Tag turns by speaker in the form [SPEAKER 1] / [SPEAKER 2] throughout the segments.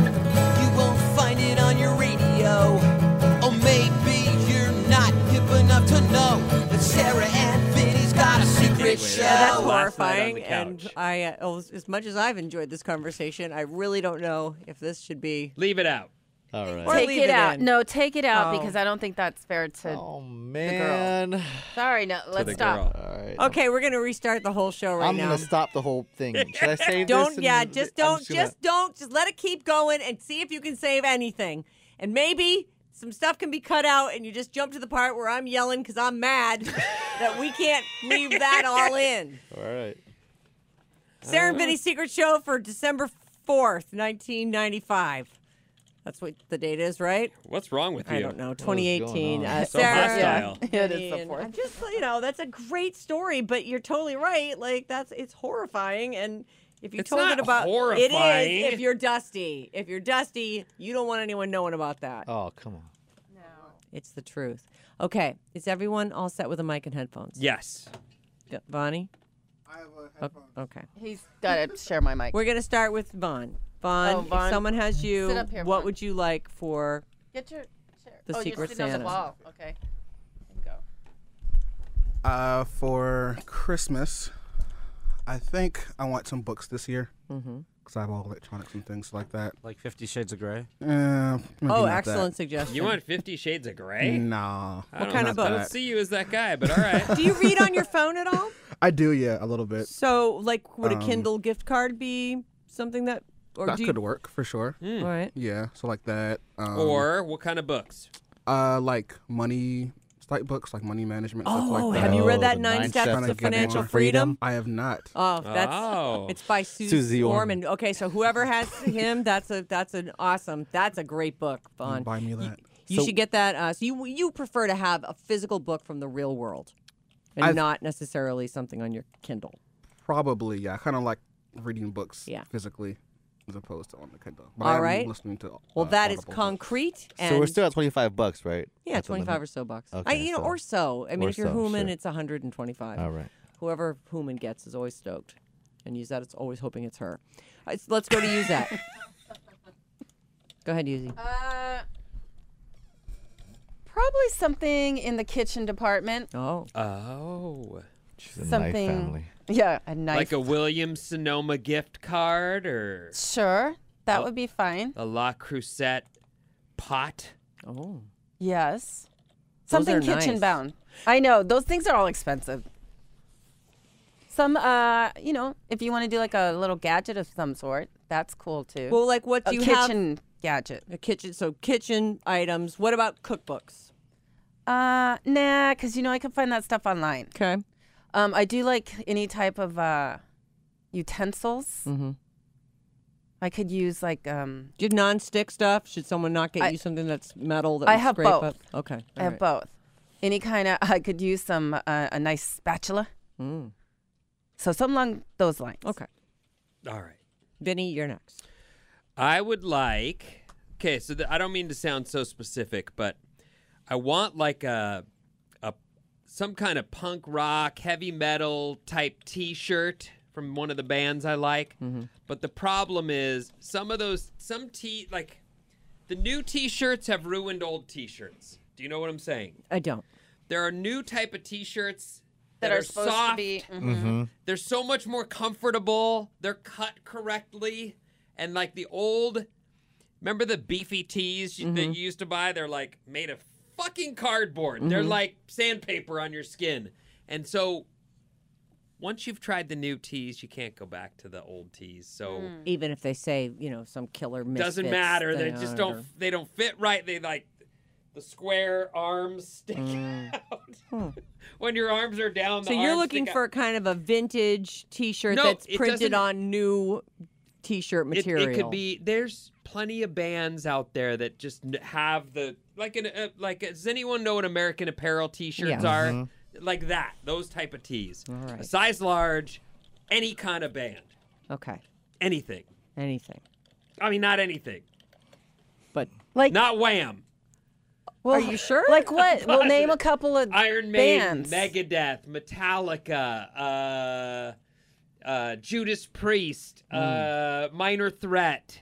[SPEAKER 1] You won't find it on your radio. Or maybe you're not hip enough to know that Sarah and Vinny's got a secret
[SPEAKER 2] That's
[SPEAKER 1] show.
[SPEAKER 3] last night on
[SPEAKER 2] horrifying.
[SPEAKER 3] the
[SPEAKER 2] And
[SPEAKER 3] couch.
[SPEAKER 2] I, uh, as as much as I've enjoyed this conversation, I really don't know if this should be.
[SPEAKER 3] Leave it out.
[SPEAKER 4] All right.
[SPEAKER 2] Or
[SPEAKER 5] Take
[SPEAKER 2] leave
[SPEAKER 5] it, out.
[SPEAKER 2] in.
[SPEAKER 5] No, take it out
[SPEAKER 2] Oh.
[SPEAKER 5] because I don't think that's fair to.
[SPEAKER 4] Oh man.
[SPEAKER 5] Sorry, no, let's
[SPEAKER 3] the
[SPEAKER 5] stop.
[SPEAKER 3] girl.
[SPEAKER 4] All right.
[SPEAKER 2] Okay, we're gonna restart the whole show right
[SPEAKER 4] I'm
[SPEAKER 2] now.
[SPEAKER 4] gonna stop the whole thing. Should I save this?
[SPEAKER 2] Don't.
[SPEAKER 4] and-
[SPEAKER 2] Yeah, just
[SPEAKER 4] I'm
[SPEAKER 2] don't. Just,
[SPEAKER 4] gonna-
[SPEAKER 2] don't. Just let it keep going and see if you can save anything. And maybe some stuff can be cut out, and you just jump to the part where I'm yelling because I'm mad that we can't leave that all in.
[SPEAKER 4] All right.
[SPEAKER 2] Sarah and Vinny's Secret Show for December fourth, nineteen ninety-five. That's what the date is, right?
[SPEAKER 3] What's wrong with you?
[SPEAKER 2] I don't know.
[SPEAKER 4] going
[SPEAKER 2] 2018.
[SPEAKER 4] on?
[SPEAKER 2] Uh,
[SPEAKER 3] So
[SPEAKER 2] Sarah,
[SPEAKER 3] hostile.
[SPEAKER 5] It is the
[SPEAKER 2] and
[SPEAKER 5] fourth.
[SPEAKER 2] I'm just you know that's a great story, but you're totally right. Like that's it's horrifying, and if you
[SPEAKER 3] It's
[SPEAKER 2] told
[SPEAKER 3] not
[SPEAKER 2] it about
[SPEAKER 3] horrifying.
[SPEAKER 2] it is if you're dusty. If you're dusty, you don't want anyone knowing about that.
[SPEAKER 4] Oh come on.
[SPEAKER 2] It's the truth. Okay, is everyone all set with a mic and headphones?
[SPEAKER 3] Yes.
[SPEAKER 2] Yeah, Bonnie. I have a headphone. Okay,
[SPEAKER 5] He's got to share my mic.
[SPEAKER 2] we're gonna start with Vaughn. Vaughn,
[SPEAKER 5] Oh, Vaughn.
[SPEAKER 2] if someone has you,
[SPEAKER 5] Sit up here,
[SPEAKER 2] what
[SPEAKER 5] Vaughn.
[SPEAKER 2] would you like for?
[SPEAKER 5] Get your. Share.
[SPEAKER 2] The
[SPEAKER 5] oh,
[SPEAKER 2] Secret
[SPEAKER 5] you're sitting on
[SPEAKER 2] Santa.
[SPEAKER 5] the wall. Okay. And Go.
[SPEAKER 6] Uh, for Christmas, I think I want some books this year because
[SPEAKER 2] Mm-hmm.
[SPEAKER 6] I have all electronics and things like that.
[SPEAKER 7] Like Fifty Shades of Grey.
[SPEAKER 6] Uh, maybe not
[SPEAKER 2] Oh,
[SPEAKER 6] that.
[SPEAKER 2] excellent suggestion.
[SPEAKER 3] You want Fifty Shades of Grey?
[SPEAKER 6] Nah,
[SPEAKER 3] I don't
[SPEAKER 2] kind
[SPEAKER 3] know.
[SPEAKER 2] of
[SPEAKER 3] I
[SPEAKER 2] book?
[SPEAKER 3] don't see you as that guy, but all right.
[SPEAKER 2] Do you read on your phone at all?
[SPEAKER 6] I do. Yeah, a little bit.
[SPEAKER 2] So, like, would a Kindle gift card be something that, or
[SPEAKER 6] That
[SPEAKER 2] do
[SPEAKER 6] could
[SPEAKER 2] you,
[SPEAKER 6] work for sure.
[SPEAKER 2] all right?
[SPEAKER 6] Yeah, so like that. Um,
[SPEAKER 3] or what kind of books?
[SPEAKER 6] uh, like money, like books, like money management. stuff
[SPEAKER 2] Oh,
[SPEAKER 6] like
[SPEAKER 2] have you
[SPEAKER 4] Oh,
[SPEAKER 2] read that
[SPEAKER 4] the
[SPEAKER 2] Nine
[SPEAKER 4] Nine
[SPEAKER 2] Steps,
[SPEAKER 4] Steps
[SPEAKER 2] to
[SPEAKER 6] to Get
[SPEAKER 2] Financial
[SPEAKER 6] More
[SPEAKER 2] Freedom?
[SPEAKER 6] I have not.
[SPEAKER 2] Oh, that's
[SPEAKER 3] Oh.
[SPEAKER 2] it's by Susie,
[SPEAKER 4] Susie
[SPEAKER 2] Orman. Okay, so whoever has him, that's a that's an awesome, that's a great book, Vaughn.
[SPEAKER 6] Buy me that.
[SPEAKER 2] You should get that. Uh, so you you prefer to have a physical book from the real world, and
[SPEAKER 6] I've-
[SPEAKER 2] not necessarily something on your Kindle.
[SPEAKER 6] Probably. Yeah, I kind of like reading books.
[SPEAKER 2] Yeah.
[SPEAKER 6] Physically, as opposed to on the Kindle. But
[SPEAKER 2] All
[SPEAKER 6] I am
[SPEAKER 2] right.
[SPEAKER 6] Listening to.
[SPEAKER 2] Well,
[SPEAKER 6] uh,
[SPEAKER 2] that is
[SPEAKER 6] Audible books.
[SPEAKER 2] concrete. And
[SPEAKER 4] so we're still at 25 bucks, right?
[SPEAKER 2] yeah,
[SPEAKER 4] At the
[SPEAKER 2] twenty
[SPEAKER 4] limit?
[SPEAKER 2] five or so bucks. I,
[SPEAKER 4] Okay,
[SPEAKER 2] you know,
[SPEAKER 4] so-
[SPEAKER 2] or so. I mean,
[SPEAKER 4] or
[SPEAKER 2] if you're
[SPEAKER 4] so,
[SPEAKER 2] human,
[SPEAKER 4] sure.
[SPEAKER 2] it's one hundred and twenty five.
[SPEAKER 4] All right.
[SPEAKER 2] whoever Human gets is always stoked, and Yuzette is always hoping it's her. Uh, it's- let's go to Yuzette. go ahead, Yuzi.
[SPEAKER 5] Uh, probably something in the kitchen department.
[SPEAKER 2] Oh,
[SPEAKER 3] Oh.
[SPEAKER 4] She's a knife
[SPEAKER 5] something.
[SPEAKER 4] family.
[SPEAKER 5] Yeah, a knife.
[SPEAKER 3] Like a Williams Sonoma gift card or
[SPEAKER 5] Sure, that would be fine.
[SPEAKER 3] a La Crusette pot.
[SPEAKER 2] oh,
[SPEAKER 5] Yes. Something
[SPEAKER 2] are
[SPEAKER 5] kitchen
[SPEAKER 2] nice.
[SPEAKER 5] bound. I know those things are all expensive. Some, uh, you know, if you want to do like a little gadget of some sort, that's cool too.
[SPEAKER 2] well, like what
[SPEAKER 5] a
[SPEAKER 2] do you have?
[SPEAKER 5] kitchen gadget.
[SPEAKER 2] A kitchen. So kitchen items. What about cookbooks?
[SPEAKER 5] Uh, nah, because you know I can find that stuff online.
[SPEAKER 2] Okay.
[SPEAKER 5] Um, I do like any type of uh, utensils.
[SPEAKER 2] Mhm.
[SPEAKER 5] I could use like um,
[SPEAKER 2] Do you have non-stick stuff? Should someone not get
[SPEAKER 5] I-
[SPEAKER 2] you something that's metal that
[SPEAKER 5] I
[SPEAKER 2] would
[SPEAKER 5] have
[SPEAKER 2] scrape
[SPEAKER 5] both.
[SPEAKER 2] up? Okay.
[SPEAKER 5] I have both. Any kind of I could use some uh, a nice spatula.
[SPEAKER 2] Mm.
[SPEAKER 5] So something along those lines.
[SPEAKER 2] Okay.
[SPEAKER 3] All right.
[SPEAKER 2] Vinny, you're next.
[SPEAKER 3] I would like. Okay, so the, I don't mean to sound so specific, but I want like a a some kind of punk rock, heavy metal type T-shirt from one of the bands I like. But the problem is some of those some T like the new T-shirts have ruined old T-shirts. Do you know what I'm saying?
[SPEAKER 2] I don't.
[SPEAKER 3] There are new type of T-shirts
[SPEAKER 5] That, are, supposed
[SPEAKER 3] soft,
[SPEAKER 5] to be. mm-hmm.
[SPEAKER 3] they're so much more comfortable. They're cut correctly, and like the old, remember the beefy tees you that
[SPEAKER 5] Mm-hmm.
[SPEAKER 3] you used to buy? They're like made of
[SPEAKER 5] Mm-hmm.
[SPEAKER 3] fucking cardboard. They're like sandpaper on your skin, and so once you've tried the new teas, you can't go back to the old teas. So
[SPEAKER 5] Hmm.
[SPEAKER 2] Even if they say, you know, some killer misfits.
[SPEAKER 3] doesn't matter. They
[SPEAKER 2] thing
[SPEAKER 3] just
[SPEAKER 2] or
[SPEAKER 3] don't.
[SPEAKER 2] whatever.
[SPEAKER 3] They don't fit right. They like the square arms stick out. when your arms are down,
[SPEAKER 2] Mm. Hmm. So
[SPEAKER 3] the
[SPEAKER 2] you're
[SPEAKER 3] arms
[SPEAKER 2] looking
[SPEAKER 3] stick out.
[SPEAKER 2] for kind of a vintage T-shirt
[SPEAKER 3] No,
[SPEAKER 2] that's
[SPEAKER 3] it
[SPEAKER 2] printed
[SPEAKER 3] doesn't-
[SPEAKER 2] on new T-shirt
[SPEAKER 3] It-
[SPEAKER 2] material.
[SPEAKER 3] It, could be. There's plenty of bands out there that just n- have the like an uh, like. Does anyone know what American Apparel T-shirts
[SPEAKER 2] Yeah. Mm-hmm.
[SPEAKER 3] are? Like that. Those type of tees.
[SPEAKER 2] All right.
[SPEAKER 3] A size large, any kind of band,
[SPEAKER 2] Okay,
[SPEAKER 3] anything.
[SPEAKER 2] anything.
[SPEAKER 3] I mean, not anything.
[SPEAKER 2] But
[SPEAKER 7] Like,
[SPEAKER 3] Not Wham.
[SPEAKER 2] well, are you sure?
[SPEAKER 7] like what? We'll name a couple of
[SPEAKER 3] Iron Maiden,
[SPEAKER 7] bands.
[SPEAKER 3] Megadeth, Metallica, uh, uh, Judas Priest,
[SPEAKER 2] Mm.
[SPEAKER 3] uh, Minor Threat,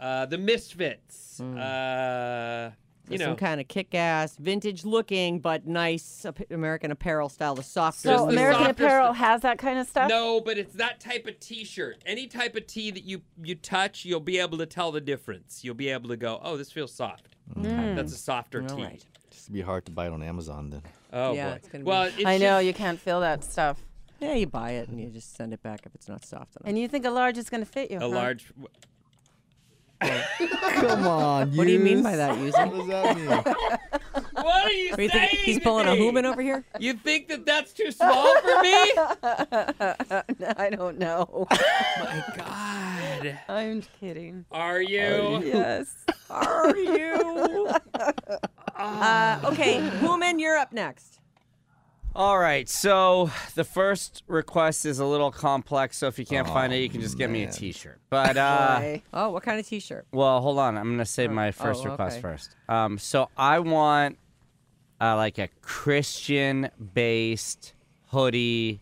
[SPEAKER 3] uh, the Misfits. Uh, you
[SPEAKER 2] Mm. some
[SPEAKER 3] know,
[SPEAKER 2] kind of kick-ass, vintage-looking but nice ap- American Apparel style, the soft.
[SPEAKER 7] So
[SPEAKER 3] the
[SPEAKER 7] Oh, American
[SPEAKER 3] softer
[SPEAKER 7] Apparel
[SPEAKER 3] stuff.
[SPEAKER 7] has that kind of stuff.
[SPEAKER 3] no, but it's that type of T-shirt. Any type of tee that you you touch, you'll be able to tell the difference. You'll be able to go, oh, this feels soft. That's a softer tee.
[SPEAKER 2] Mm. right.
[SPEAKER 4] Just be hard to buy it on Amazon then.
[SPEAKER 3] Oh
[SPEAKER 2] Yeah,
[SPEAKER 3] boy.
[SPEAKER 2] it's gonna be-
[SPEAKER 3] well, it's
[SPEAKER 7] I know
[SPEAKER 3] just-
[SPEAKER 7] you can't feel that stuff,
[SPEAKER 2] Yeah, you buy it and you just send it back if it's not soft enough.
[SPEAKER 7] and you think a large is going to fit you.
[SPEAKER 2] uh-huh.
[SPEAKER 3] a large.
[SPEAKER 4] Come on.
[SPEAKER 2] what do you mean by that,
[SPEAKER 4] What
[SPEAKER 2] using?
[SPEAKER 4] does that mean?
[SPEAKER 3] What are you
[SPEAKER 2] You
[SPEAKER 3] saying?
[SPEAKER 2] think he's pulling a
[SPEAKER 3] to me?
[SPEAKER 2] Hooman over here?
[SPEAKER 3] You think that that's too small for me?
[SPEAKER 7] I don't know.
[SPEAKER 3] My God.
[SPEAKER 7] I'm kidding.
[SPEAKER 3] Are you?
[SPEAKER 7] Yes.
[SPEAKER 2] Are you? uh, okay,
[SPEAKER 3] Ah.
[SPEAKER 2] Hooman, you're up next.
[SPEAKER 8] All right, so the first request is a little complex, so if you can't find it, you can just give
[SPEAKER 3] Oh,
[SPEAKER 8] me a T-shirt. But uh,
[SPEAKER 2] Oh, what kind of T-shirt?
[SPEAKER 8] well, hold on, I'm gonna save my first
[SPEAKER 2] oh,
[SPEAKER 8] request
[SPEAKER 2] okay.
[SPEAKER 8] first. Um, so I want uh, like a Christian-based hoodie,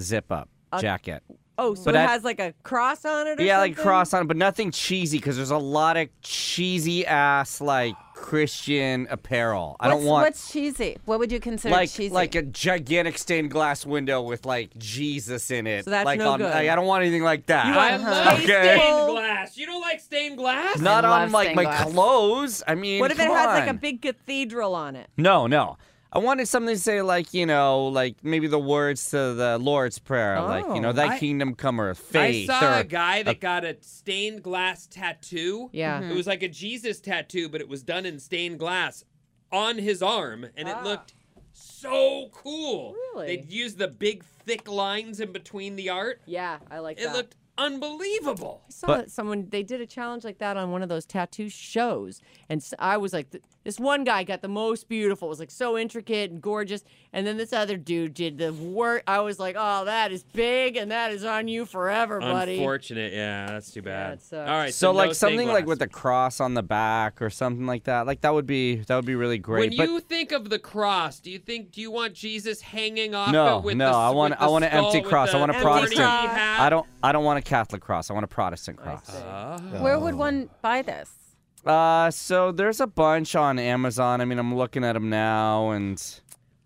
[SPEAKER 8] zip-up jacket.
[SPEAKER 2] Oh, so
[SPEAKER 8] But
[SPEAKER 2] it
[SPEAKER 8] I-
[SPEAKER 2] has like a cross on it or
[SPEAKER 8] Yeah, like
[SPEAKER 2] something?
[SPEAKER 8] cross on, it, but nothing cheesy because there's a lot of cheesy ass like Christian apparel. I don't
[SPEAKER 7] what's,
[SPEAKER 8] want
[SPEAKER 7] What's cheesy? What would you consider
[SPEAKER 8] like
[SPEAKER 7] cheesy?
[SPEAKER 8] like a gigantic stained glass window with like Jesus in it.
[SPEAKER 2] So that's
[SPEAKER 8] like
[SPEAKER 2] no
[SPEAKER 8] on,
[SPEAKER 2] good.
[SPEAKER 8] Like, I don't want anything like that.
[SPEAKER 3] I love
[SPEAKER 8] Okay.
[SPEAKER 3] stained glass. You don't like stained glass?
[SPEAKER 8] Not
[SPEAKER 7] I love
[SPEAKER 8] on like
[SPEAKER 7] stained
[SPEAKER 8] my
[SPEAKER 7] glass.
[SPEAKER 8] clothes. I mean,
[SPEAKER 2] What if it
[SPEAKER 8] come
[SPEAKER 2] has like a
[SPEAKER 8] on.
[SPEAKER 2] big cathedral on it?
[SPEAKER 8] No, no. I wanted something to say like you know like maybe the words to the Lord's prayer, like
[SPEAKER 2] Oh,
[SPEAKER 8] you know Thy
[SPEAKER 3] I-
[SPEAKER 8] kingdom come or
[SPEAKER 3] I
[SPEAKER 8] faith.
[SPEAKER 3] saw
[SPEAKER 8] or,
[SPEAKER 3] a guy that got a stained glass tattoo.
[SPEAKER 2] Yeah.
[SPEAKER 3] It was like a Jesus tattoo, but it was done in stained glass on his arm, and it looked so cool.
[SPEAKER 2] Ah. Really?
[SPEAKER 3] They'd used the big, thick lines in between the art.
[SPEAKER 2] Yeah, I like
[SPEAKER 3] It looked unbelievable.
[SPEAKER 2] I saw
[SPEAKER 8] But-
[SPEAKER 2] that someone they did a challenge like that on one of those tattoo shows, and s- I was like, th- this one guy got the most beautiful. It was like so intricate and gorgeous, and then this other dude did the work. I was like, oh, that is big, and that is on you forever, buddy.
[SPEAKER 3] Unfortunate. Yeah, that's too bad.
[SPEAKER 2] it sucks.
[SPEAKER 3] All right.
[SPEAKER 8] so
[SPEAKER 3] no
[SPEAKER 8] like
[SPEAKER 3] stained
[SPEAKER 8] something like
[SPEAKER 3] glass.
[SPEAKER 8] with a cross on the back or something like that. Like that would be that would be really great.
[SPEAKER 3] When
[SPEAKER 8] but
[SPEAKER 3] you think of the cross, do you think do you want Jesus hanging off
[SPEAKER 8] No,
[SPEAKER 3] it with
[SPEAKER 8] no,
[SPEAKER 3] the,
[SPEAKER 8] I want-
[SPEAKER 3] with the
[SPEAKER 8] I want an
[SPEAKER 3] skull,
[SPEAKER 8] empty
[SPEAKER 3] with
[SPEAKER 8] cross. I
[SPEAKER 3] the
[SPEAKER 8] want a
[SPEAKER 3] forty
[SPEAKER 8] Protestant.
[SPEAKER 3] hat?
[SPEAKER 8] I don't I don't want a Catholic cross. I want a Protestant cross.
[SPEAKER 3] Ah.
[SPEAKER 7] Where would one buy this?
[SPEAKER 8] Uh, so there's a bunch on Amazon. I mean, I'm looking at them now, and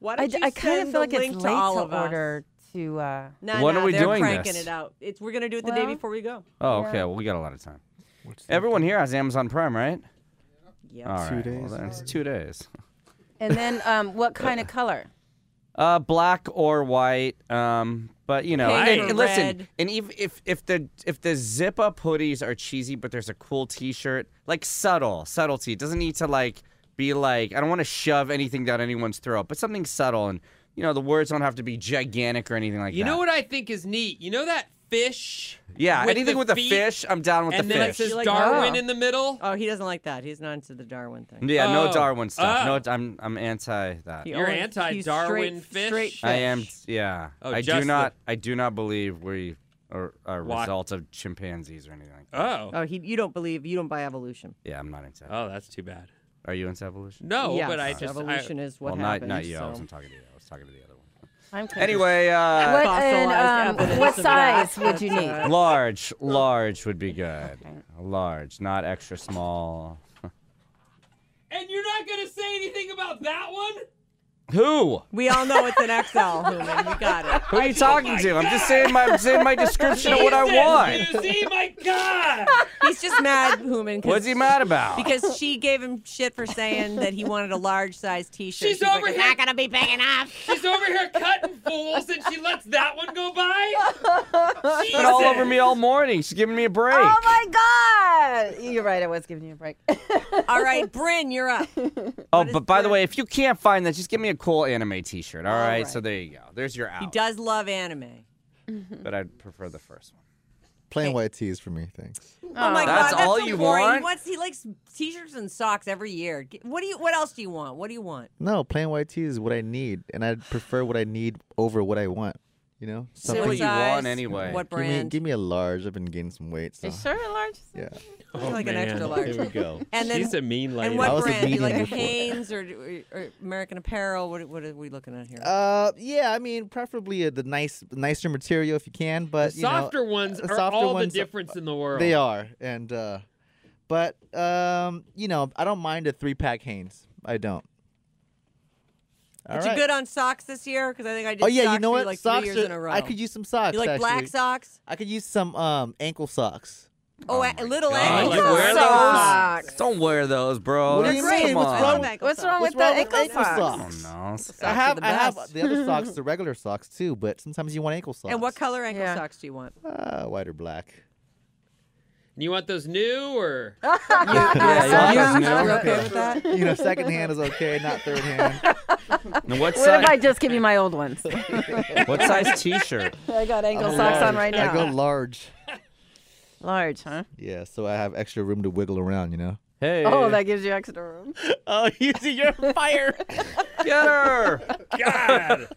[SPEAKER 2] Why
[SPEAKER 7] I,
[SPEAKER 2] don't you
[SPEAKER 7] I kind
[SPEAKER 2] send
[SPEAKER 7] of feel
[SPEAKER 2] the
[SPEAKER 7] like it's
[SPEAKER 2] link
[SPEAKER 7] late
[SPEAKER 2] to all
[SPEAKER 7] to
[SPEAKER 2] of us?
[SPEAKER 7] order to. Uh,
[SPEAKER 2] Nah,
[SPEAKER 8] When
[SPEAKER 2] nah,
[SPEAKER 8] are we
[SPEAKER 2] they're
[SPEAKER 8] doing
[SPEAKER 2] cranking
[SPEAKER 8] this?
[SPEAKER 2] it out. It's we're gonna do it the day
[SPEAKER 7] Well-
[SPEAKER 2] before we go.
[SPEAKER 8] oh, okay, well, we got a lot of time. Everyone here has Amazon Prime, right?
[SPEAKER 2] Yeah.
[SPEAKER 8] All right,
[SPEAKER 6] Two
[SPEAKER 8] Well,
[SPEAKER 6] days.
[SPEAKER 8] then it's two days.
[SPEAKER 7] and then um, what kind of color?
[SPEAKER 8] Uh, black or white. Um, but you know,
[SPEAKER 2] Pink
[SPEAKER 8] and-
[SPEAKER 2] or
[SPEAKER 8] and listen,
[SPEAKER 2] red.
[SPEAKER 8] and even if if the if the zip up hoodies are cheesy, but there's a cool T-shirt, like subtle subtlety. It doesn't need to like be like I don't want to shove anything down anyone's throat, but something subtle and. You know the words don't have to be gigantic or anything like
[SPEAKER 3] You
[SPEAKER 8] that.
[SPEAKER 3] know what I think is neat? You know that fish?
[SPEAKER 8] Yeah,
[SPEAKER 3] with
[SPEAKER 8] anything
[SPEAKER 3] the
[SPEAKER 8] with a
[SPEAKER 3] feet,
[SPEAKER 8] fish, I'm down with
[SPEAKER 3] and
[SPEAKER 8] the
[SPEAKER 3] then it
[SPEAKER 8] fish.
[SPEAKER 3] says
[SPEAKER 2] You like-
[SPEAKER 3] Darwin
[SPEAKER 2] Ah.
[SPEAKER 3] in the middle.
[SPEAKER 2] Oh, he doesn't like that. He's not into the Darwin thing.
[SPEAKER 8] yeah,
[SPEAKER 3] Oh.
[SPEAKER 8] no Darwin stuff.
[SPEAKER 3] Oh.
[SPEAKER 8] No, I'm I'm anti that.
[SPEAKER 2] He
[SPEAKER 3] You're
[SPEAKER 2] only- he's
[SPEAKER 3] anti-Darwin
[SPEAKER 2] straight,
[SPEAKER 3] fish?
[SPEAKER 2] Straight
[SPEAKER 8] I am.
[SPEAKER 2] fish.
[SPEAKER 8] Yeah,
[SPEAKER 3] Oh,
[SPEAKER 8] I
[SPEAKER 3] just
[SPEAKER 8] do
[SPEAKER 3] the-
[SPEAKER 8] not. I do not believe we are are a
[SPEAKER 3] Why?
[SPEAKER 8] result of chimpanzees or anything. like that.
[SPEAKER 3] Oh.
[SPEAKER 2] Oh, he, you don't believe you don't buy evolution.
[SPEAKER 8] Yeah, I'm not into. that.
[SPEAKER 3] Oh, that's too bad.
[SPEAKER 8] Are you into evolution?
[SPEAKER 3] No,
[SPEAKER 2] yes,
[SPEAKER 3] Oh, but I just
[SPEAKER 2] evolution
[SPEAKER 3] I,
[SPEAKER 2] is what
[SPEAKER 8] well,
[SPEAKER 2] happens.
[SPEAKER 8] not not you. I
[SPEAKER 2] so-
[SPEAKER 8] wasn't talking to you. I was talking to the other one.
[SPEAKER 7] I'm confused.
[SPEAKER 8] Anyway, uh,
[SPEAKER 7] What, and,
[SPEAKER 2] Fossilized
[SPEAKER 7] um, what
[SPEAKER 2] evidence of that.
[SPEAKER 7] size would you need?
[SPEAKER 8] large,
[SPEAKER 3] Oh.
[SPEAKER 8] large would be good. Large, not extra small.
[SPEAKER 3] And you're not gonna say anything about that one?
[SPEAKER 8] Who?
[SPEAKER 2] We all know it's an XL, Hooman. We got it.
[SPEAKER 8] Who are you talking to? I'm just saying my I'm saying my description of what I
[SPEAKER 3] Jesus,
[SPEAKER 8] want.
[SPEAKER 3] You see, my God.
[SPEAKER 2] He's just mad, Human. 'cause
[SPEAKER 8] What's he mad about?
[SPEAKER 2] Because she gave him shit for saying that he wanted a large size T-shirt.
[SPEAKER 3] She's
[SPEAKER 2] She's like,
[SPEAKER 3] over
[SPEAKER 2] "It's
[SPEAKER 3] here-
[SPEAKER 2] not gonna be big enough.
[SPEAKER 3] She's over here cutting fools, and she lets that one go by.
[SPEAKER 8] She's been all over me all morning. She's giving me a break.
[SPEAKER 7] Oh my God! You're right. I was giving you a break.
[SPEAKER 2] Oh, All right, Bryn, you're up.
[SPEAKER 8] Oh, but by the way, if you can't find that, just give me a cool anime T-shirt. all right? So there you go. There's your out.
[SPEAKER 2] He does love anime.
[SPEAKER 8] But I'd prefer the first one.
[SPEAKER 4] Plain white tees for me, thanks.
[SPEAKER 2] Oh my
[SPEAKER 8] That's
[SPEAKER 2] god, that's
[SPEAKER 8] all
[SPEAKER 2] so
[SPEAKER 8] you
[SPEAKER 2] boring. He
[SPEAKER 8] want?
[SPEAKER 2] wants he likes t-shirts and socks every year. G- What do you what else do you want? What do you want?
[SPEAKER 4] No, plain white tees is what I need, and I prefer what I need over what I want. You know,
[SPEAKER 8] So what do you
[SPEAKER 2] size?
[SPEAKER 8] want anyway?
[SPEAKER 2] What
[SPEAKER 4] give me,
[SPEAKER 2] brand?
[SPEAKER 4] give me a large. I've been gaining some weight.
[SPEAKER 3] uh.
[SPEAKER 4] So.
[SPEAKER 7] Is sure a large?
[SPEAKER 4] Yeah,
[SPEAKER 3] Oh,
[SPEAKER 2] like an
[SPEAKER 3] man.
[SPEAKER 2] extra
[SPEAKER 4] here
[SPEAKER 2] large.
[SPEAKER 4] we go.
[SPEAKER 2] And then
[SPEAKER 3] She's a mean lady.
[SPEAKER 2] and
[SPEAKER 4] I
[SPEAKER 2] what
[SPEAKER 4] was a
[SPEAKER 2] brand? Be like
[SPEAKER 4] medium
[SPEAKER 2] a
[SPEAKER 4] before.
[SPEAKER 2] Hanes or, or, or American Apparel? What what are we looking at here?
[SPEAKER 4] Uh, yeah, I mean, preferably uh, the nice, nicer material if you can, but you know,
[SPEAKER 3] softer ones
[SPEAKER 4] the
[SPEAKER 3] are
[SPEAKER 4] softer
[SPEAKER 3] all
[SPEAKER 4] ones, uh,
[SPEAKER 3] the difference in the world.
[SPEAKER 4] They are, and uh, but um, you know, I don't mind a three pack Hanes. I don't. All
[SPEAKER 2] But
[SPEAKER 4] right.
[SPEAKER 2] you good on socks this year? Because I think I did
[SPEAKER 4] oh yeah,
[SPEAKER 2] socks
[SPEAKER 4] you know
[SPEAKER 2] for
[SPEAKER 4] what?
[SPEAKER 2] like
[SPEAKER 4] socks
[SPEAKER 2] three
[SPEAKER 4] are-
[SPEAKER 2] years in a row.
[SPEAKER 4] I could use some socks.
[SPEAKER 2] you like black
[SPEAKER 4] actually.
[SPEAKER 2] socks?
[SPEAKER 4] I could use some um ankle socks.
[SPEAKER 2] Oh, a- little
[SPEAKER 3] God,
[SPEAKER 2] ankle
[SPEAKER 3] you wear
[SPEAKER 2] socks.
[SPEAKER 3] those?
[SPEAKER 7] Socks.
[SPEAKER 8] Don't wear those, bro.
[SPEAKER 4] What do
[SPEAKER 8] That's-
[SPEAKER 4] you
[SPEAKER 8] come
[SPEAKER 4] mean? What's
[SPEAKER 8] on.
[SPEAKER 4] wrong
[SPEAKER 2] Little
[SPEAKER 4] with-
[SPEAKER 2] ankle
[SPEAKER 7] What's wrong
[SPEAKER 2] socks.
[SPEAKER 4] What's
[SPEAKER 7] with the
[SPEAKER 4] wrong with
[SPEAKER 7] ankle
[SPEAKER 4] ankle
[SPEAKER 7] socks?
[SPEAKER 8] I don't
[SPEAKER 4] socks?
[SPEAKER 8] know.
[SPEAKER 4] I
[SPEAKER 2] are
[SPEAKER 4] have
[SPEAKER 2] the
[SPEAKER 4] I have
[SPEAKER 2] best.
[SPEAKER 4] the other socks, the regular socks too, but sometimes you want ankle socks.
[SPEAKER 2] And what color ankle
[SPEAKER 7] Yeah.
[SPEAKER 2] socks do you want?
[SPEAKER 4] Uh, white or black.
[SPEAKER 3] And you want those new or?
[SPEAKER 8] Oh, Yeah, you
[SPEAKER 4] Socks,
[SPEAKER 8] guys know.
[SPEAKER 2] You're okay with that?
[SPEAKER 4] You know, second hand is okay, not third hand.
[SPEAKER 8] And What
[SPEAKER 7] What if I
[SPEAKER 8] size?
[SPEAKER 7] just give you my old ones? Oh,
[SPEAKER 8] What size T-shirt?
[SPEAKER 7] I got ankle
[SPEAKER 4] I'm
[SPEAKER 7] socks on
[SPEAKER 4] large.
[SPEAKER 7] right
[SPEAKER 4] I go
[SPEAKER 7] now.
[SPEAKER 4] large.
[SPEAKER 7] Large, huh?
[SPEAKER 4] Yeah, so I have extra room to wiggle around, you know.
[SPEAKER 8] Hey.
[SPEAKER 7] Oh, that gives you extra room.
[SPEAKER 4] Oh, you see, you're fire.
[SPEAKER 8] Get her.
[SPEAKER 3] God,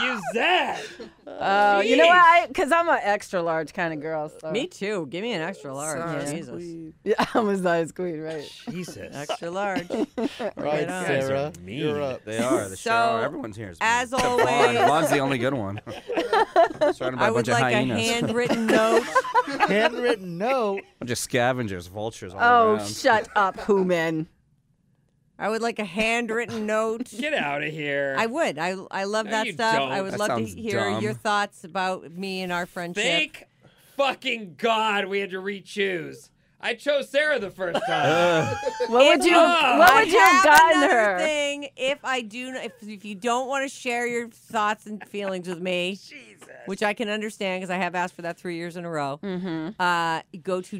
[SPEAKER 3] use that.
[SPEAKER 7] Oh, you know what? Because I'm an extra large kind of girl. So.
[SPEAKER 2] Me too. Give me an extra large.
[SPEAKER 7] Sorry.
[SPEAKER 2] Jesus.
[SPEAKER 7] Yeah, I'm a size queen, right?
[SPEAKER 3] Jesus.
[SPEAKER 2] Extra large.
[SPEAKER 4] right,
[SPEAKER 2] on.
[SPEAKER 4] Sarah,
[SPEAKER 3] Guys are mean.
[SPEAKER 4] you're up.
[SPEAKER 8] They are. The
[SPEAKER 2] So,
[SPEAKER 8] shower. Everyone's here. is mean.
[SPEAKER 2] as
[SPEAKER 8] Except
[SPEAKER 2] always-
[SPEAKER 8] Vaughn. Vaughn's the only good one. Surrounded by
[SPEAKER 2] I
[SPEAKER 8] a
[SPEAKER 2] would
[SPEAKER 8] bunch
[SPEAKER 2] like
[SPEAKER 8] of
[SPEAKER 2] a
[SPEAKER 8] hyenas.
[SPEAKER 2] handwritten note.
[SPEAKER 4] Handwritten note.
[SPEAKER 8] bunch of scavengers, vultures all
[SPEAKER 7] Oh,
[SPEAKER 8] around.
[SPEAKER 7] shut up, Human.
[SPEAKER 2] I would like a handwritten note.
[SPEAKER 3] Get out of here.
[SPEAKER 2] I would. I I love
[SPEAKER 3] No,
[SPEAKER 2] that
[SPEAKER 3] you
[SPEAKER 2] stuff. I
[SPEAKER 3] don't.
[SPEAKER 2] would
[SPEAKER 8] That
[SPEAKER 2] love to
[SPEAKER 8] sounds
[SPEAKER 2] hear
[SPEAKER 8] dumb.
[SPEAKER 2] your thoughts about me and our friendship.
[SPEAKER 3] Thank fucking God we had to re-choose. I chose Sarah the first time.
[SPEAKER 7] What would you?
[SPEAKER 3] Oh,
[SPEAKER 7] what
[SPEAKER 2] I
[SPEAKER 7] would you have gotten
[SPEAKER 2] another
[SPEAKER 7] her?
[SPEAKER 2] Thing, if I do, if, if you don't want to share your thoughts and feelings with me, which I can understand because I have asked for that three years in a row.
[SPEAKER 7] Mm-hmm.
[SPEAKER 2] Uh, go to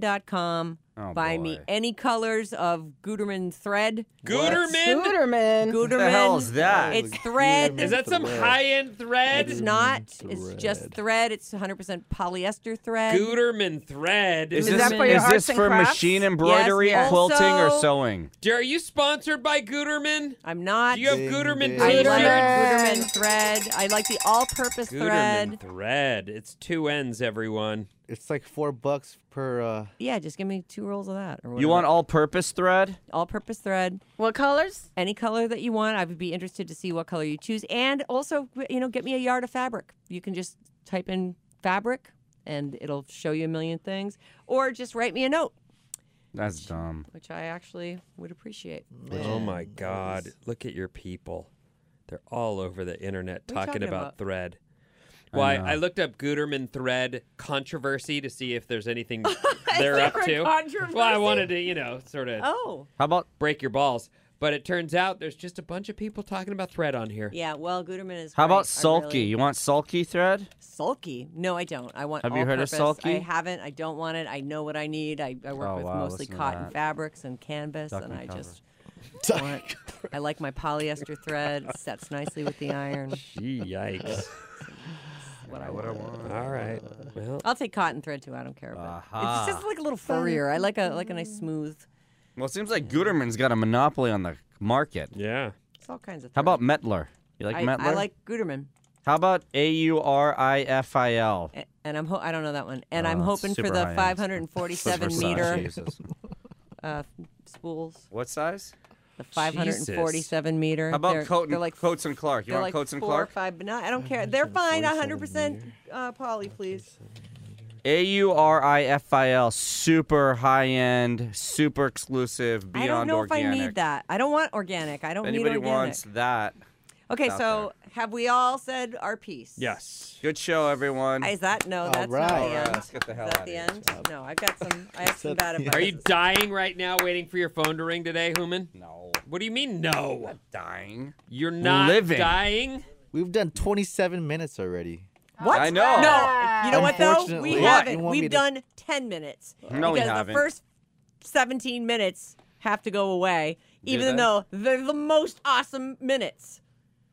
[SPEAKER 2] joanne.com.
[SPEAKER 8] Oh,
[SPEAKER 2] buy me
[SPEAKER 8] boy.
[SPEAKER 2] any colors of Guterman thread.
[SPEAKER 3] Gooderman?
[SPEAKER 7] Suderman.
[SPEAKER 2] Guterman.
[SPEAKER 8] What the hell is that?
[SPEAKER 2] It's thread.
[SPEAKER 3] Is that some high-end thread?
[SPEAKER 2] It's not. It's just thread. It's 100% polyester thread.
[SPEAKER 3] Gooderman thread.
[SPEAKER 8] is
[SPEAKER 7] Is
[SPEAKER 8] this,
[SPEAKER 7] that for your
[SPEAKER 8] is
[SPEAKER 7] arts
[SPEAKER 8] this
[SPEAKER 7] and
[SPEAKER 8] for
[SPEAKER 7] crafts?
[SPEAKER 8] machine embroidery,
[SPEAKER 2] yes.
[SPEAKER 8] quilting, or
[SPEAKER 2] Also-
[SPEAKER 8] sewing?
[SPEAKER 3] Dude, Are you sponsored by Gooderman?
[SPEAKER 2] I'm not.
[SPEAKER 3] Do you have
[SPEAKER 4] Ding,
[SPEAKER 3] Gooderman
[SPEAKER 4] ding.
[SPEAKER 2] I
[SPEAKER 3] t-shirts?
[SPEAKER 2] love Guterman thread. I like the all-purpose
[SPEAKER 3] Gooderman
[SPEAKER 2] thread.
[SPEAKER 3] thread. It's two ends, everyone.
[SPEAKER 4] It's like four bucks per. uh
[SPEAKER 2] Yeah, just give me two rolls of that. Or
[SPEAKER 8] You
[SPEAKER 2] whatever.
[SPEAKER 8] want all-purpose thread?
[SPEAKER 2] all-purpose thread,
[SPEAKER 7] What colors?
[SPEAKER 2] any color that you want. I would be interested to see what color you choose, and also, you know, get me a yard of fabric. You can just type in fabric, and it'll show you a million things, or just write me a note,
[SPEAKER 8] That's dumb.
[SPEAKER 2] which I actually would appreciate.
[SPEAKER 3] Oh my God! Look at your people. They're all over the internet
[SPEAKER 2] What are you
[SPEAKER 3] talking,
[SPEAKER 2] talking
[SPEAKER 3] about,
[SPEAKER 2] about?
[SPEAKER 3] thread. Why?
[SPEAKER 8] know.
[SPEAKER 3] I, looked up Guterman thread controversy to see if there's anything they're up to. Well, I wanted to, you know, sort of
[SPEAKER 2] Oh,
[SPEAKER 8] How about
[SPEAKER 3] break your balls. But it turns out there's just a bunch of people talking about thread on here.
[SPEAKER 2] yeah. Well, Guterman is.
[SPEAKER 8] how
[SPEAKER 2] right. I
[SPEAKER 8] about sulky?
[SPEAKER 2] really-
[SPEAKER 8] You want sulky thread?
[SPEAKER 2] Sulky? No, I don't. I want.
[SPEAKER 8] Have you heard of
[SPEAKER 2] all-purpose. I
[SPEAKER 8] sulky?
[SPEAKER 2] haven't. I don't want it. I know what I need. I, I work
[SPEAKER 8] Oh,
[SPEAKER 2] with
[SPEAKER 8] wow,
[SPEAKER 2] mostly
[SPEAKER 8] listen to
[SPEAKER 2] cotton
[SPEAKER 8] that.
[SPEAKER 2] fabrics and canvas,
[SPEAKER 8] Duck
[SPEAKER 2] and
[SPEAKER 8] and
[SPEAKER 2] I
[SPEAKER 8] cover.
[SPEAKER 2] just want. I like my polyester thread. It sets nicely with the iron.
[SPEAKER 3] Gee, yikes!
[SPEAKER 2] What I want.
[SPEAKER 3] All right. Well,
[SPEAKER 2] I'll take cotton thread too. I don't care. But
[SPEAKER 8] Aha.
[SPEAKER 2] It's just like a little furrier. I like a like a nice smooth.
[SPEAKER 8] Well, it seems like Guterman's got a monopoly on the market.
[SPEAKER 3] yeah.
[SPEAKER 2] It's all kinds of.
[SPEAKER 8] How about
[SPEAKER 2] thread.
[SPEAKER 8] Metler? You like Metler?
[SPEAKER 2] I, I like Guterman,
[SPEAKER 8] How about A U R I F I L?
[SPEAKER 2] a- and I'm ho- I don't know that one, and I'm
[SPEAKER 8] Oh,
[SPEAKER 2] hoping for
[SPEAKER 8] super
[SPEAKER 2] the
[SPEAKER 8] high-end.
[SPEAKER 2] 547 meter uh, spools.
[SPEAKER 8] What size?
[SPEAKER 2] The 547 meter.
[SPEAKER 8] How about
[SPEAKER 2] they're,
[SPEAKER 8] Coat and,
[SPEAKER 2] they're like
[SPEAKER 8] Coats and Clark? You
[SPEAKER 2] They're
[SPEAKER 8] want
[SPEAKER 2] like
[SPEAKER 8] Coats and
[SPEAKER 2] four
[SPEAKER 8] Clark?
[SPEAKER 2] Or five, but not, I don't care. They're fine. 100% uh, poly, please.
[SPEAKER 8] A U R I F I L, super high end, super exclusive,
[SPEAKER 2] I
[SPEAKER 8] beyond
[SPEAKER 2] don't know
[SPEAKER 8] organic.
[SPEAKER 2] if I need that. I don't want organic. I don't
[SPEAKER 8] If anybody
[SPEAKER 2] need organic.
[SPEAKER 8] wants that,
[SPEAKER 2] Okay,
[SPEAKER 8] out
[SPEAKER 2] so have we all said our piece?
[SPEAKER 3] Yes.
[SPEAKER 8] Good show, everyone.
[SPEAKER 2] Is that no?
[SPEAKER 4] All
[SPEAKER 2] that's not
[SPEAKER 4] right.
[SPEAKER 2] the
[SPEAKER 4] All right,
[SPEAKER 2] end.
[SPEAKER 8] let's get the hell
[SPEAKER 2] Is that
[SPEAKER 8] outta
[SPEAKER 2] the
[SPEAKER 8] here.
[SPEAKER 2] end? No, I've got some. I have some bad advice.
[SPEAKER 3] Are you dying right now waiting for your phone to ring today, Human?
[SPEAKER 8] No.
[SPEAKER 3] What do you mean, no?
[SPEAKER 8] Dying.
[SPEAKER 3] You're not
[SPEAKER 8] Living.
[SPEAKER 3] dying?
[SPEAKER 4] We've done 27 minutes already.
[SPEAKER 2] What?
[SPEAKER 8] I know.
[SPEAKER 2] No, you know what though?
[SPEAKER 4] Unfortunately.
[SPEAKER 2] We
[SPEAKER 4] What?
[SPEAKER 2] haven't.
[SPEAKER 4] You want
[SPEAKER 2] We've
[SPEAKER 4] me to-
[SPEAKER 2] done ten minutes.
[SPEAKER 8] No, we
[SPEAKER 2] because
[SPEAKER 8] haven't.
[SPEAKER 2] The first seventeen minutes have to go away, even
[SPEAKER 8] they?
[SPEAKER 2] though they're the most awesome minutes.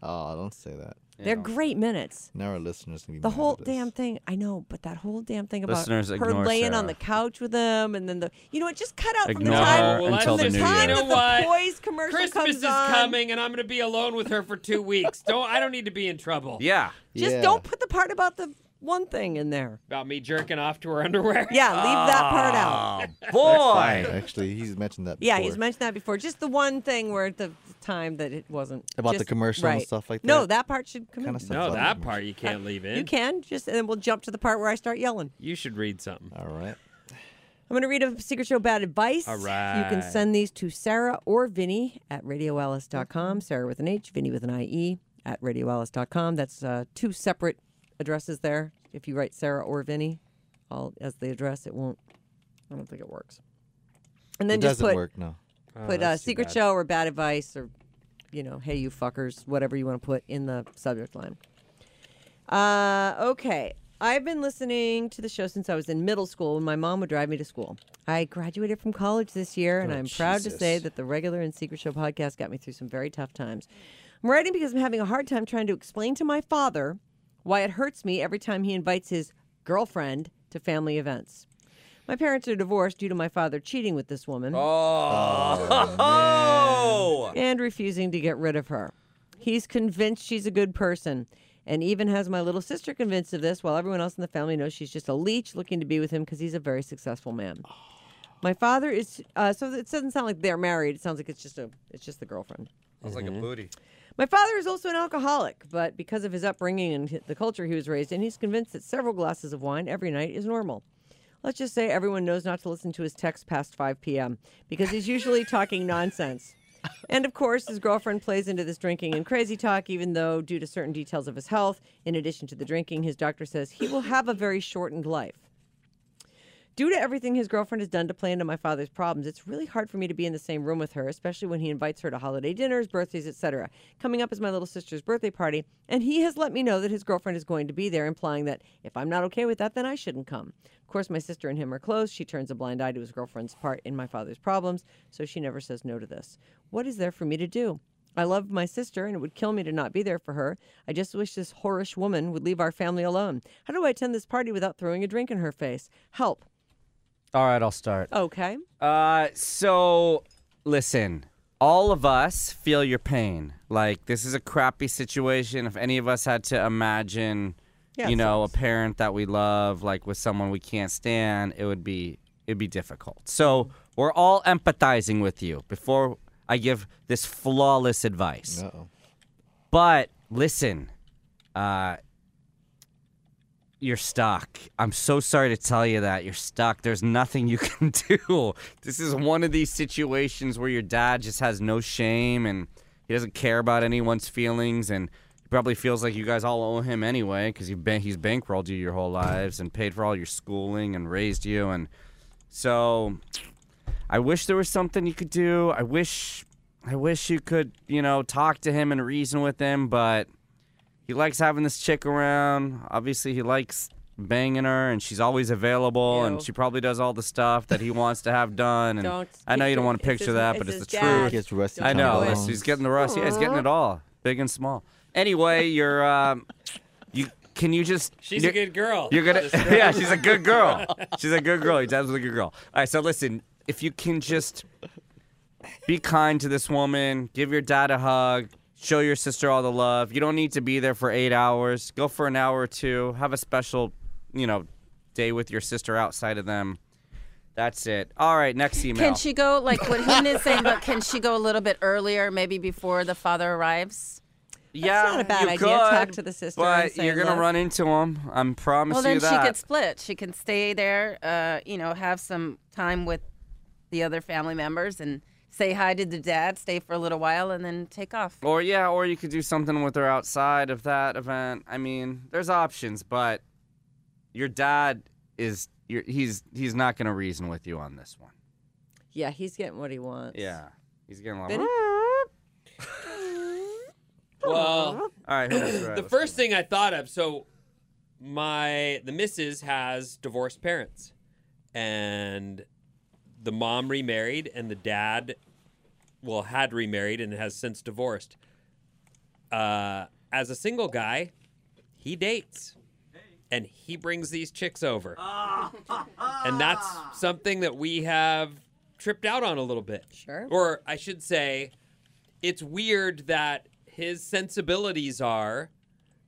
[SPEAKER 4] Oh, don't say that.
[SPEAKER 2] They're great minutes.
[SPEAKER 4] Now our listeners can be
[SPEAKER 2] The
[SPEAKER 4] mad
[SPEAKER 2] whole
[SPEAKER 4] at us.
[SPEAKER 2] damn thing. I know, but that whole damn thing about
[SPEAKER 8] Listeners,
[SPEAKER 2] her
[SPEAKER 8] ignore
[SPEAKER 2] laying on
[SPEAKER 8] Sarah.
[SPEAKER 2] the couch with him, and then the you know what? Just cut out from the
[SPEAKER 8] Ignore
[SPEAKER 2] time
[SPEAKER 8] her
[SPEAKER 2] from
[SPEAKER 8] until
[SPEAKER 2] the
[SPEAKER 8] the new
[SPEAKER 2] time
[SPEAKER 8] year.
[SPEAKER 2] that
[SPEAKER 3] You know what?
[SPEAKER 2] the boys commercial
[SPEAKER 3] Christmas
[SPEAKER 2] comes
[SPEAKER 3] is
[SPEAKER 2] on.
[SPEAKER 3] coming, and I'm going to be alone with her for two weeks. Don't I don't need to be in trouble
[SPEAKER 8] Yeah.
[SPEAKER 2] Just
[SPEAKER 4] Yeah.
[SPEAKER 2] don't put the part about the one thing in there.
[SPEAKER 3] about me jerking off to her underwear.
[SPEAKER 2] Yeah, leave that part out.
[SPEAKER 4] Ah,
[SPEAKER 8] Oh
[SPEAKER 4] Fine,
[SPEAKER 8] boy.
[SPEAKER 4] Actually, he's mentioned that.
[SPEAKER 2] Yeah,
[SPEAKER 4] before.
[SPEAKER 2] he's mentioned that before. Just the one thing where at the time that it wasn't
[SPEAKER 4] About the
[SPEAKER 2] just-
[SPEAKER 4] commercial and stuff like
[SPEAKER 2] No,
[SPEAKER 4] that?
[SPEAKER 2] that part should come
[SPEAKER 4] Kinda
[SPEAKER 2] in.
[SPEAKER 4] stuff.
[SPEAKER 3] No,
[SPEAKER 4] Fuck
[SPEAKER 3] that
[SPEAKER 4] me.
[SPEAKER 3] part you can't leave in.
[SPEAKER 2] You can just, and then we'll jump to the part where I start yelling.
[SPEAKER 3] You should read something.
[SPEAKER 4] All right.
[SPEAKER 2] I'm going to read a Secret Show bad advice.
[SPEAKER 3] All
[SPEAKER 2] You can
[SPEAKER 3] right.
[SPEAKER 2] send these to Sarah or Vinny at radioellis.com. Sarah with an H, Vinny with an IE at radioellis.com. That's uh, two separate addresses there. If you write Sarah or Vinny all as the address, it won't, I don't think it works. And then
[SPEAKER 4] it
[SPEAKER 2] just
[SPEAKER 4] doesn't
[SPEAKER 2] put
[SPEAKER 4] work. No.
[SPEAKER 2] put uh, secret show or bad advice or you know hey you fuckers whatever you want to put in the subject line uh, okay i've been listening to the show since i was in middle school when my mom would drive me to school i graduated from college this year and i'm proud to say that the regular and secret show podcast got me through some very tough times i'm writing because i'm having a hard time trying to explain to my father why it hurts me every time he invites his girlfriend to family events my parents are divorced due to my father cheating with this woman
[SPEAKER 8] Oh.
[SPEAKER 2] and refusing to get rid of her. He's convinced she's a good person and even has my little sister convinced of this while everyone else in the family knows she's just a leech looking to be with him because he's a very successful man. My father is uh, so it doesn't sound like they're married. It sounds like it's just a it's just the girlfriend.
[SPEAKER 8] Sounds like a booty.
[SPEAKER 2] My father is also an alcoholic, but because of his upbringing and hi- the culture he was raised in, he's convinced that several glasses of wine every night is normal. Let's just say everyone knows not to listen to his text past 5 p.m. because he's usually talking nonsense. And of course, his girlfriend plays into this drinking and crazy talk, even though, due to certain details of his health, in addition to the drinking, his doctor says he will have a very shortened life. Due to everything his girlfriend has done to play into my father's problems, it's really hard for me to be in the same room with her, especially when he invites her to holiday dinners, birthdays, etc. Coming up is my little sister's birthday party, and he has let me know that his girlfriend is going to be there, implying that if I'm not okay with that, then I shouldn't come. Of course, my sister and him are close. She turns a blind eye to his girlfriend's part in my father's problems, so she never says no to this. What is there for me to do? I love my sister, and it would kill me to not be there for her. I just wish this whorish woman would leave our family alone. How do I attend this party without throwing a drink in her face? Help.
[SPEAKER 8] All right, I'll start.
[SPEAKER 2] Okay.
[SPEAKER 8] Uh, so listen, all of us feel your pain. Like this is a crappy situation. If any of us had to imagine,
[SPEAKER 2] Yeah,
[SPEAKER 8] you
[SPEAKER 2] it
[SPEAKER 8] know, a parent that we love, like with someone we can't stand, it would be it'd be difficult. So we're all empathizing with you. Before I give this flawless advice,
[SPEAKER 4] Uh oh.
[SPEAKER 8] but listen, uh, you're stuck. I'm so sorry to tell you that. You're stuck. There's nothing you can do. This is one of these situations where your dad just has no shame and he doesn't care about anyone's feelings and he probably feels like you guys all owe him anyway because you've been he's bankrolled you your whole lives and paid for all your schooling and raised you and so I wish there was something you could do. I wish I wish you could, you know, talk to him and reason with him, but he likes having this chick around. Obviously, he likes banging her and she's always available
[SPEAKER 2] Ew.
[SPEAKER 8] and she probably does all the stuff that he wants to have done and
[SPEAKER 2] Don't.
[SPEAKER 8] I know you don't want
[SPEAKER 2] It's
[SPEAKER 8] to picture
[SPEAKER 2] his-
[SPEAKER 8] that,
[SPEAKER 2] it's
[SPEAKER 8] but it's the
[SPEAKER 2] his
[SPEAKER 8] truth.
[SPEAKER 2] dad.
[SPEAKER 4] Gets rusty.
[SPEAKER 8] I
[SPEAKER 2] Don't
[SPEAKER 8] know.
[SPEAKER 2] do it.
[SPEAKER 8] He's, he's getting the rust. Yeah, he's getting it all, big and small. Anyway, you're um, you can you just
[SPEAKER 3] She's
[SPEAKER 8] you're,
[SPEAKER 3] a good girl.
[SPEAKER 8] You're gonna
[SPEAKER 3] Just-
[SPEAKER 8] yeah, she's a good girl. She's a good girl. Your dad's a good girl. All right, so listen, if you can just be kind to this woman, give your dad a hug, show your sister all the love. You don't need to be there for eight hours. Go for an hour or two. Have a special, you know, day with your sister outside of them. That's it. All right, next email.
[SPEAKER 5] Can she go like what Human is saying? But can she go a little bit earlier, maybe before the father arrives?
[SPEAKER 8] Yeah,
[SPEAKER 2] not a bad
[SPEAKER 8] you
[SPEAKER 2] idea.
[SPEAKER 8] Could,
[SPEAKER 2] Talk to the sister
[SPEAKER 8] but
[SPEAKER 2] and say,
[SPEAKER 8] you're gonna
[SPEAKER 2] "Look."
[SPEAKER 8] run into him. I'm promise
[SPEAKER 5] Well, then
[SPEAKER 8] you
[SPEAKER 5] she
[SPEAKER 8] that.
[SPEAKER 5] could split. She can stay there, uh, you know, have some time with the other family members and say hi to the dad, stay for a little while, and then take off.
[SPEAKER 8] Or yeah, or you could do something with her outside of that event. I mean, there's options, but your dad is your he's he's not going to reason with you on this one.
[SPEAKER 2] Yeah, he's getting what he wants.
[SPEAKER 8] Yeah. He's getting a lot.
[SPEAKER 2] Then- Uh-huh.
[SPEAKER 3] Well,
[SPEAKER 8] All right, who knows, right,
[SPEAKER 3] the
[SPEAKER 8] let's-
[SPEAKER 3] first thing I thought of, so my the missus has divorced parents, and the mom remarried, and the dad, well, had remarried and has since divorced. Uh, as a single guy, he dates, and he brings these chicks over, and that's something that we have tripped out on a little bit.
[SPEAKER 2] Sure.
[SPEAKER 3] Or I should say, it's weird that his sensibilities are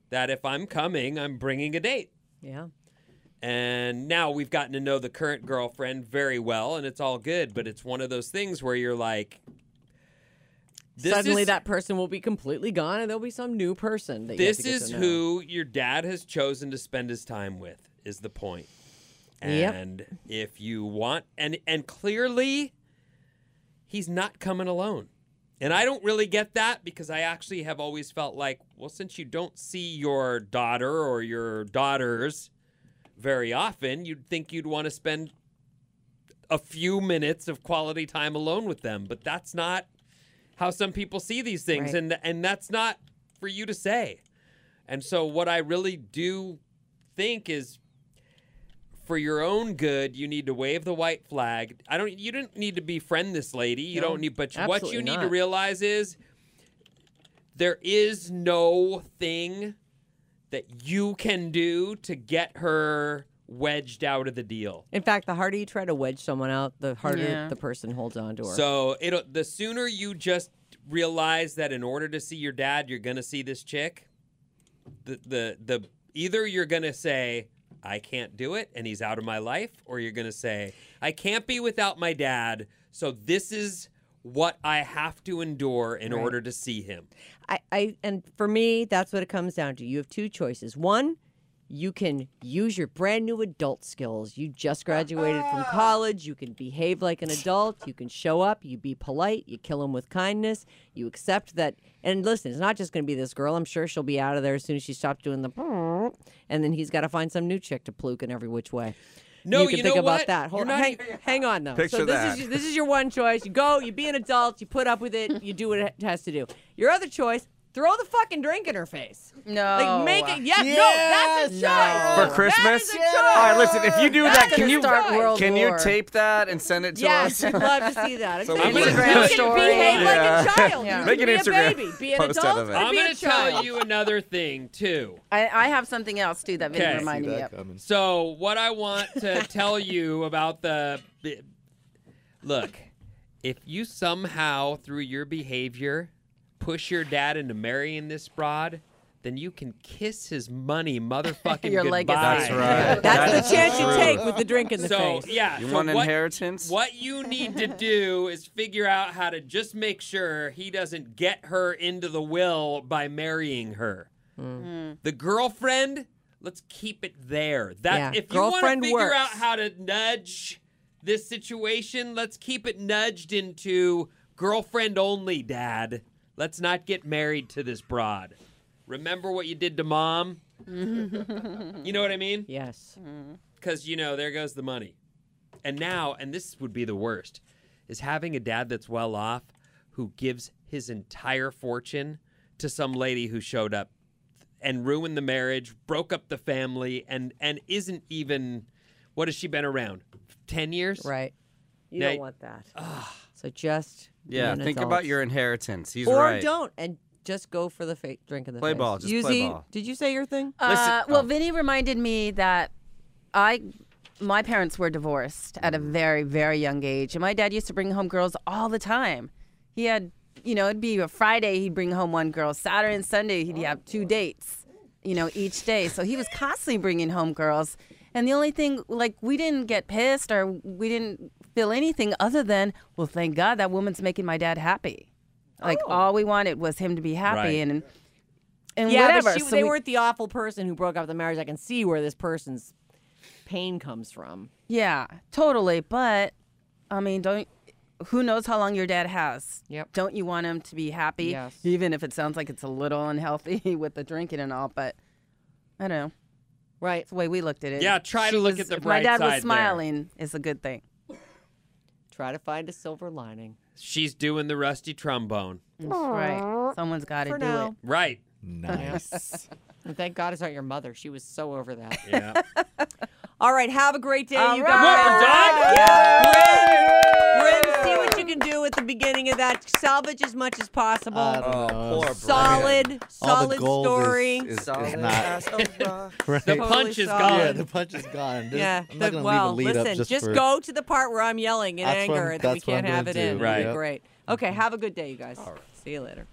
[SPEAKER 3] that if I'm coming, I'm bringing a date.
[SPEAKER 2] Yeah.
[SPEAKER 3] And now we've gotten to know the current girlfriend very well, and it's all good. But it's one of those things where you're like, this
[SPEAKER 2] Suddenly,
[SPEAKER 3] is,
[SPEAKER 2] that person will be completely gone, and there'll be some new person. That you have
[SPEAKER 3] this
[SPEAKER 2] to get
[SPEAKER 3] is
[SPEAKER 2] to know.
[SPEAKER 3] who your dad has chosen to spend his time with. Is the point?
[SPEAKER 2] Yep.
[SPEAKER 3] And if you want, and and clearly, he's not coming alone. And I don't really get that because I actually have always felt like, well, since you don't see your daughter or your daughters very often, you'd think you'd want to spend a few minutes of quality time alone with them. But that's not how some people see these things,
[SPEAKER 2] Right.
[SPEAKER 3] and and that's not for you to say. And so, what I really do think is for your own good, you need to wave the white flag. I don't. You didn't need to befriend this lady. You
[SPEAKER 2] No,
[SPEAKER 3] don't need. But what you
[SPEAKER 2] absolutely
[SPEAKER 3] need to
[SPEAKER 2] not.
[SPEAKER 3] realize is there is no thing that you can do to get her wedged out of the deal.
[SPEAKER 2] In fact, the harder you try to wedge someone out, the harder
[SPEAKER 5] Yeah.
[SPEAKER 2] the person holds on to her.
[SPEAKER 3] So it'll the sooner you just realize that in order to see your dad, you're gonna see this chick. The the the either you're gonna say I can't do it and he's out of my life, or you're gonna say I can't be without my dad. So this is what I have to endure in order to see him.
[SPEAKER 2] I, I and for me, that's what it comes down to. You have two choices. One, you can use your brand new adult skills. You just graduated from
[SPEAKER 3] Ah.
[SPEAKER 2] college. You can behave like an adult. You can show up. You be polite. You kill them with kindness. You accept that. And listen, it's not just going to be this girl. I'm sure she'll be out of there as soon as she stops doing the. And then he's got to find some new chick to pluke in every which way.
[SPEAKER 3] No,
[SPEAKER 2] you can
[SPEAKER 3] you
[SPEAKER 2] think
[SPEAKER 3] know
[SPEAKER 2] about
[SPEAKER 3] what?
[SPEAKER 2] that. Hold
[SPEAKER 3] You're not
[SPEAKER 2] on, hang, hang on though.
[SPEAKER 8] Picture
[SPEAKER 2] so this is
[SPEAKER 8] that.
[SPEAKER 2] this is your one choice. You go, you be an adult, you put up with it, you do what it has to do. Your other choice, throw the fucking drink in her face.
[SPEAKER 5] No.
[SPEAKER 2] Like make it yes, no, that's a
[SPEAKER 5] Oh. Yes,
[SPEAKER 2] choice.
[SPEAKER 5] no.
[SPEAKER 8] for Christmas.
[SPEAKER 2] That is a
[SPEAKER 8] All right,
[SPEAKER 2] choice.
[SPEAKER 8] listen. If you do
[SPEAKER 2] That's
[SPEAKER 8] that,
[SPEAKER 2] gonna
[SPEAKER 8] can you
[SPEAKER 2] start
[SPEAKER 5] world
[SPEAKER 8] can
[SPEAKER 5] war.
[SPEAKER 8] you tape that and send it to
[SPEAKER 2] Yes,
[SPEAKER 8] us?
[SPEAKER 2] I'd love to see that.
[SPEAKER 8] So
[SPEAKER 2] Exactly.
[SPEAKER 3] I'm gonna-
[SPEAKER 2] you can
[SPEAKER 5] Instagram
[SPEAKER 2] behave
[SPEAKER 8] Yeah.
[SPEAKER 2] like a child.
[SPEAKER 5] Yeah.
[SPEAKER 2] You
[SPEAKER 8] Make
[SPEAKER 2] can
[SPEAKER 8] an
[SPEAKER 2] be
[SPEAKER 8] Instagram
[SPEAKER 2] a baby, be an
[SPEAKER 8] post out
[SPEAKER 2] adult,
[SPEAKER 8] of it.
[SPEAKER 2] or
[SPEAKER 3] I'm
[SPEAKER 2] be
[SPEAKER 3] gonna
[SPEAKER 2] a child.
[SPEAKER 3] tell you another thing too.
[SPEAKER 5] I, I have something else too that Vinny
[SPEAKER 3] Okay.
[SPEAKER 5] reminded me of.
[SPEAKER 3] So what I want to tell you about the bi- look, if you somehow through your behavior push your dad into marrying this broad, then you can kiss his money, motherfucking
[SPEAKER 5] Your
[SPEAKER 3] goodbye.
[SPEAKER 5] legacy. That's
[SPEAKER 8] right.
[SPEAKER 2] That's
[SPEAKER 8] That
[SPEAKER 2] the
[SPEAKER 8] is
[SPEAKER 2] chance you
[SPEAKER 8] true.
[SPEAKER 2] take with the drink in the
[SPEAKER 3] So
[SPEAKER 2] face.
[SPEAKER 3] yeah,
[SPEAKER 8] You
[SPEAKER 3] so
[SPEAKER 8] want
[SPEAKER 3] what,
[SPEAKER 8] inheritance?
[SPEAKER 3] What you need to do is figure out how to just make sure he doesn't get her into the will by marrying her.
[SPEAKER 2] Hmm.
[SPEAKER 8] Hmm.
[SPEAKER 3] The girlfriend, let's keep it there. That
[SPEAKER 2] Yeah,
[SPEAKER 3] if you want to
[SPEAKER 2] girlfriend
[SPEAKER 3] figure
[SPEAKER 2] works.
[SPEAKER 3] out how to nudge this situation, let's keep it nudged into girlfriend only, Dad. Let's not get married to this broad. Remember what you did to mom? you know what I mean?
[SPEAKER 2] Yes.
[SPEAKER 3] because you know there goes the money and now and this would be the worst is having a dad that's well off who gives his entire fortune to some lady who showed up and ruined the marriage broke up the family and and isn't even what has she been around 10 years
[SPEAKER 2] Right. You
[SPEAKER 3] Now-
[SPEAKER 2] don't want that. So just be
[SPEAKER 8] Yeah,
[SPEAKER 2] an
[SPEAKER 8] think
[SPEAKER 2] adult.
[SPEAKER 8] about your inheritance. He's
[SPEAKER 2] or
[SPEAKER 8] right.
[SPEAKER 2] don't and just go for the fa- drink in the
[SPEAKER 8] Play
[SPEAKER 2] face.
[SPEAKER 8] ball, just
[SPEAKER 2] Yuzi,
[SPEAKER 8] play ball.
[SPEAKER 2] Did you say your thing?
[SPEAKER 5] Uh,
[SPEAKER 8] Listen-
[SPEAKER 5] well,
[SPEAKER 8] oh.
[SPEAKER 5] Vinny reminded me that I, my parents were divorced at a
[SPEAKER 2] Mm.
[SPEAKER 5] very, very young age, and my dad used to bring home girls all the time. He had, you know, it'd be a Friday he'd bring home one girl, Saturday and Sunday he'd have two dates, you know, each day. So he was constantly bringing home girls, and the only thing, like, we didn't get pissed or we didn't feel anything other than, well, thank God that woman's making my dad happy. Like
[SPEAKER 2] Oh.
[SPEAKER 5] all we wanted was him to be happy,
[SPEAKER 3] Right.
[SPEAKER 5] and and
[SPEAKER 2] Yeah,
[SPEAKER 5] whatever.
[SPEAKER 2] but she,
[SPEAKER 5] So
[SPEAKER 2] they
[SPEAKER 5] we-
[SPEAKER 2] weren't the awful person who broke up the marriage. I can see where this person's pain comes from.
[SPEAKER 5] Yeah, totally. But I mean, don't who knows how long your dad has?
[SPEAKER 2] Yep.
[SPEAKER 5] Don't you want him to be happy?
[SPEAKER 2] Yes.
[SPEAKER 5] Even if it sounds like it's a little unhealthy with the drinking and all, but I don't know.
[SPEAKER 2] Right.
[SPEAKER 5] It's the way we looked at it.
[SPEAKER 3] Yeah, try to
[SPEAKER 5] She
[SPEAKER 3] look
[SPEAKER 5] was-
[SPEAKER 3] at the
[SPEAKER 5] if
[SPEAKER 3] bright
[SPEAKER 5] My dad
[SPEAKER 3] side there.
[SPEAKER 5] was smiling. It's a good thing.
[SPEAKER 2] Try to find a silver lining.
[SPEAKER 3] She's doing the rusty trombone.
[SPEAKER 5] That's right. Someone's got to
[SPEAKER 2] For
[SPEAKER 5] do
[SPEAKER 2] now.
[SPEAKER 5] it.
[SPEAKER 3] Right.
[SPEAKER 4] Nice.
[SPEAKER 2] And thank God it's not your mother. She was so over that.
[SPEAKER 3] Yeah.
[SPEAKER 2] All right. Have a great day, you
[SPEAKER 5] right.
[SPEAKER 2] guys.
[SPEAKER 3] We're done?
[SPEAKER 2] Bryn, Bryn, see what you can do at the beginning of that. Salvage as much as possible.
[SPEAKER 8] Uh,
[SPEAKER 4] I don't know.
[SPEAKER 8] Oh, poor
[SPEAKER 2] solid,
[SPEAKER 4] All
[SPEAKER 2] solid
[SPEAKER 4] the gold is-
[SPEAKER 2] story.
[SPEAKER 4] Is, is
[SPEAKER 8] Solid
[SPEAKER 4] not.
[SPEAKER 3] The
[SPEAKER 2] Totally
[SPEAKER 3] punch is
[SPEAKER 2] solid.
[SPEAKER 3] gone.
[SPEAKER 4] Yeah, the punch is gone. This-
[SPEAKER 2] yeah.
[SPEAKER 4] I'm
[SPEAKER 2] the-
[SPEAKER 4] not gonna
[SPEAKER 2] well,
[SPEAKER 4] leave a lead
[SPEAKER 2] listen,
[SPEAKER 4] up just, for-
[SPEAKER 2] go to the part where I'm yelling in
[SPEAKER 4] That's what
[SPEAKER 2] anger
[SPEAKER 4] I'm-
[SPEAKER 2] and that we
[SPEAKER 4] that's what I'm
[SPEAKER 2] can't have
[SPEAKER 4] gonna
[SPEAKER 2] it in.
[SPEAKER 4] do.
[SPEAKER 3] Right.
[SPEAKER 2] Great. Okay. Have a good day, you guys. See you later.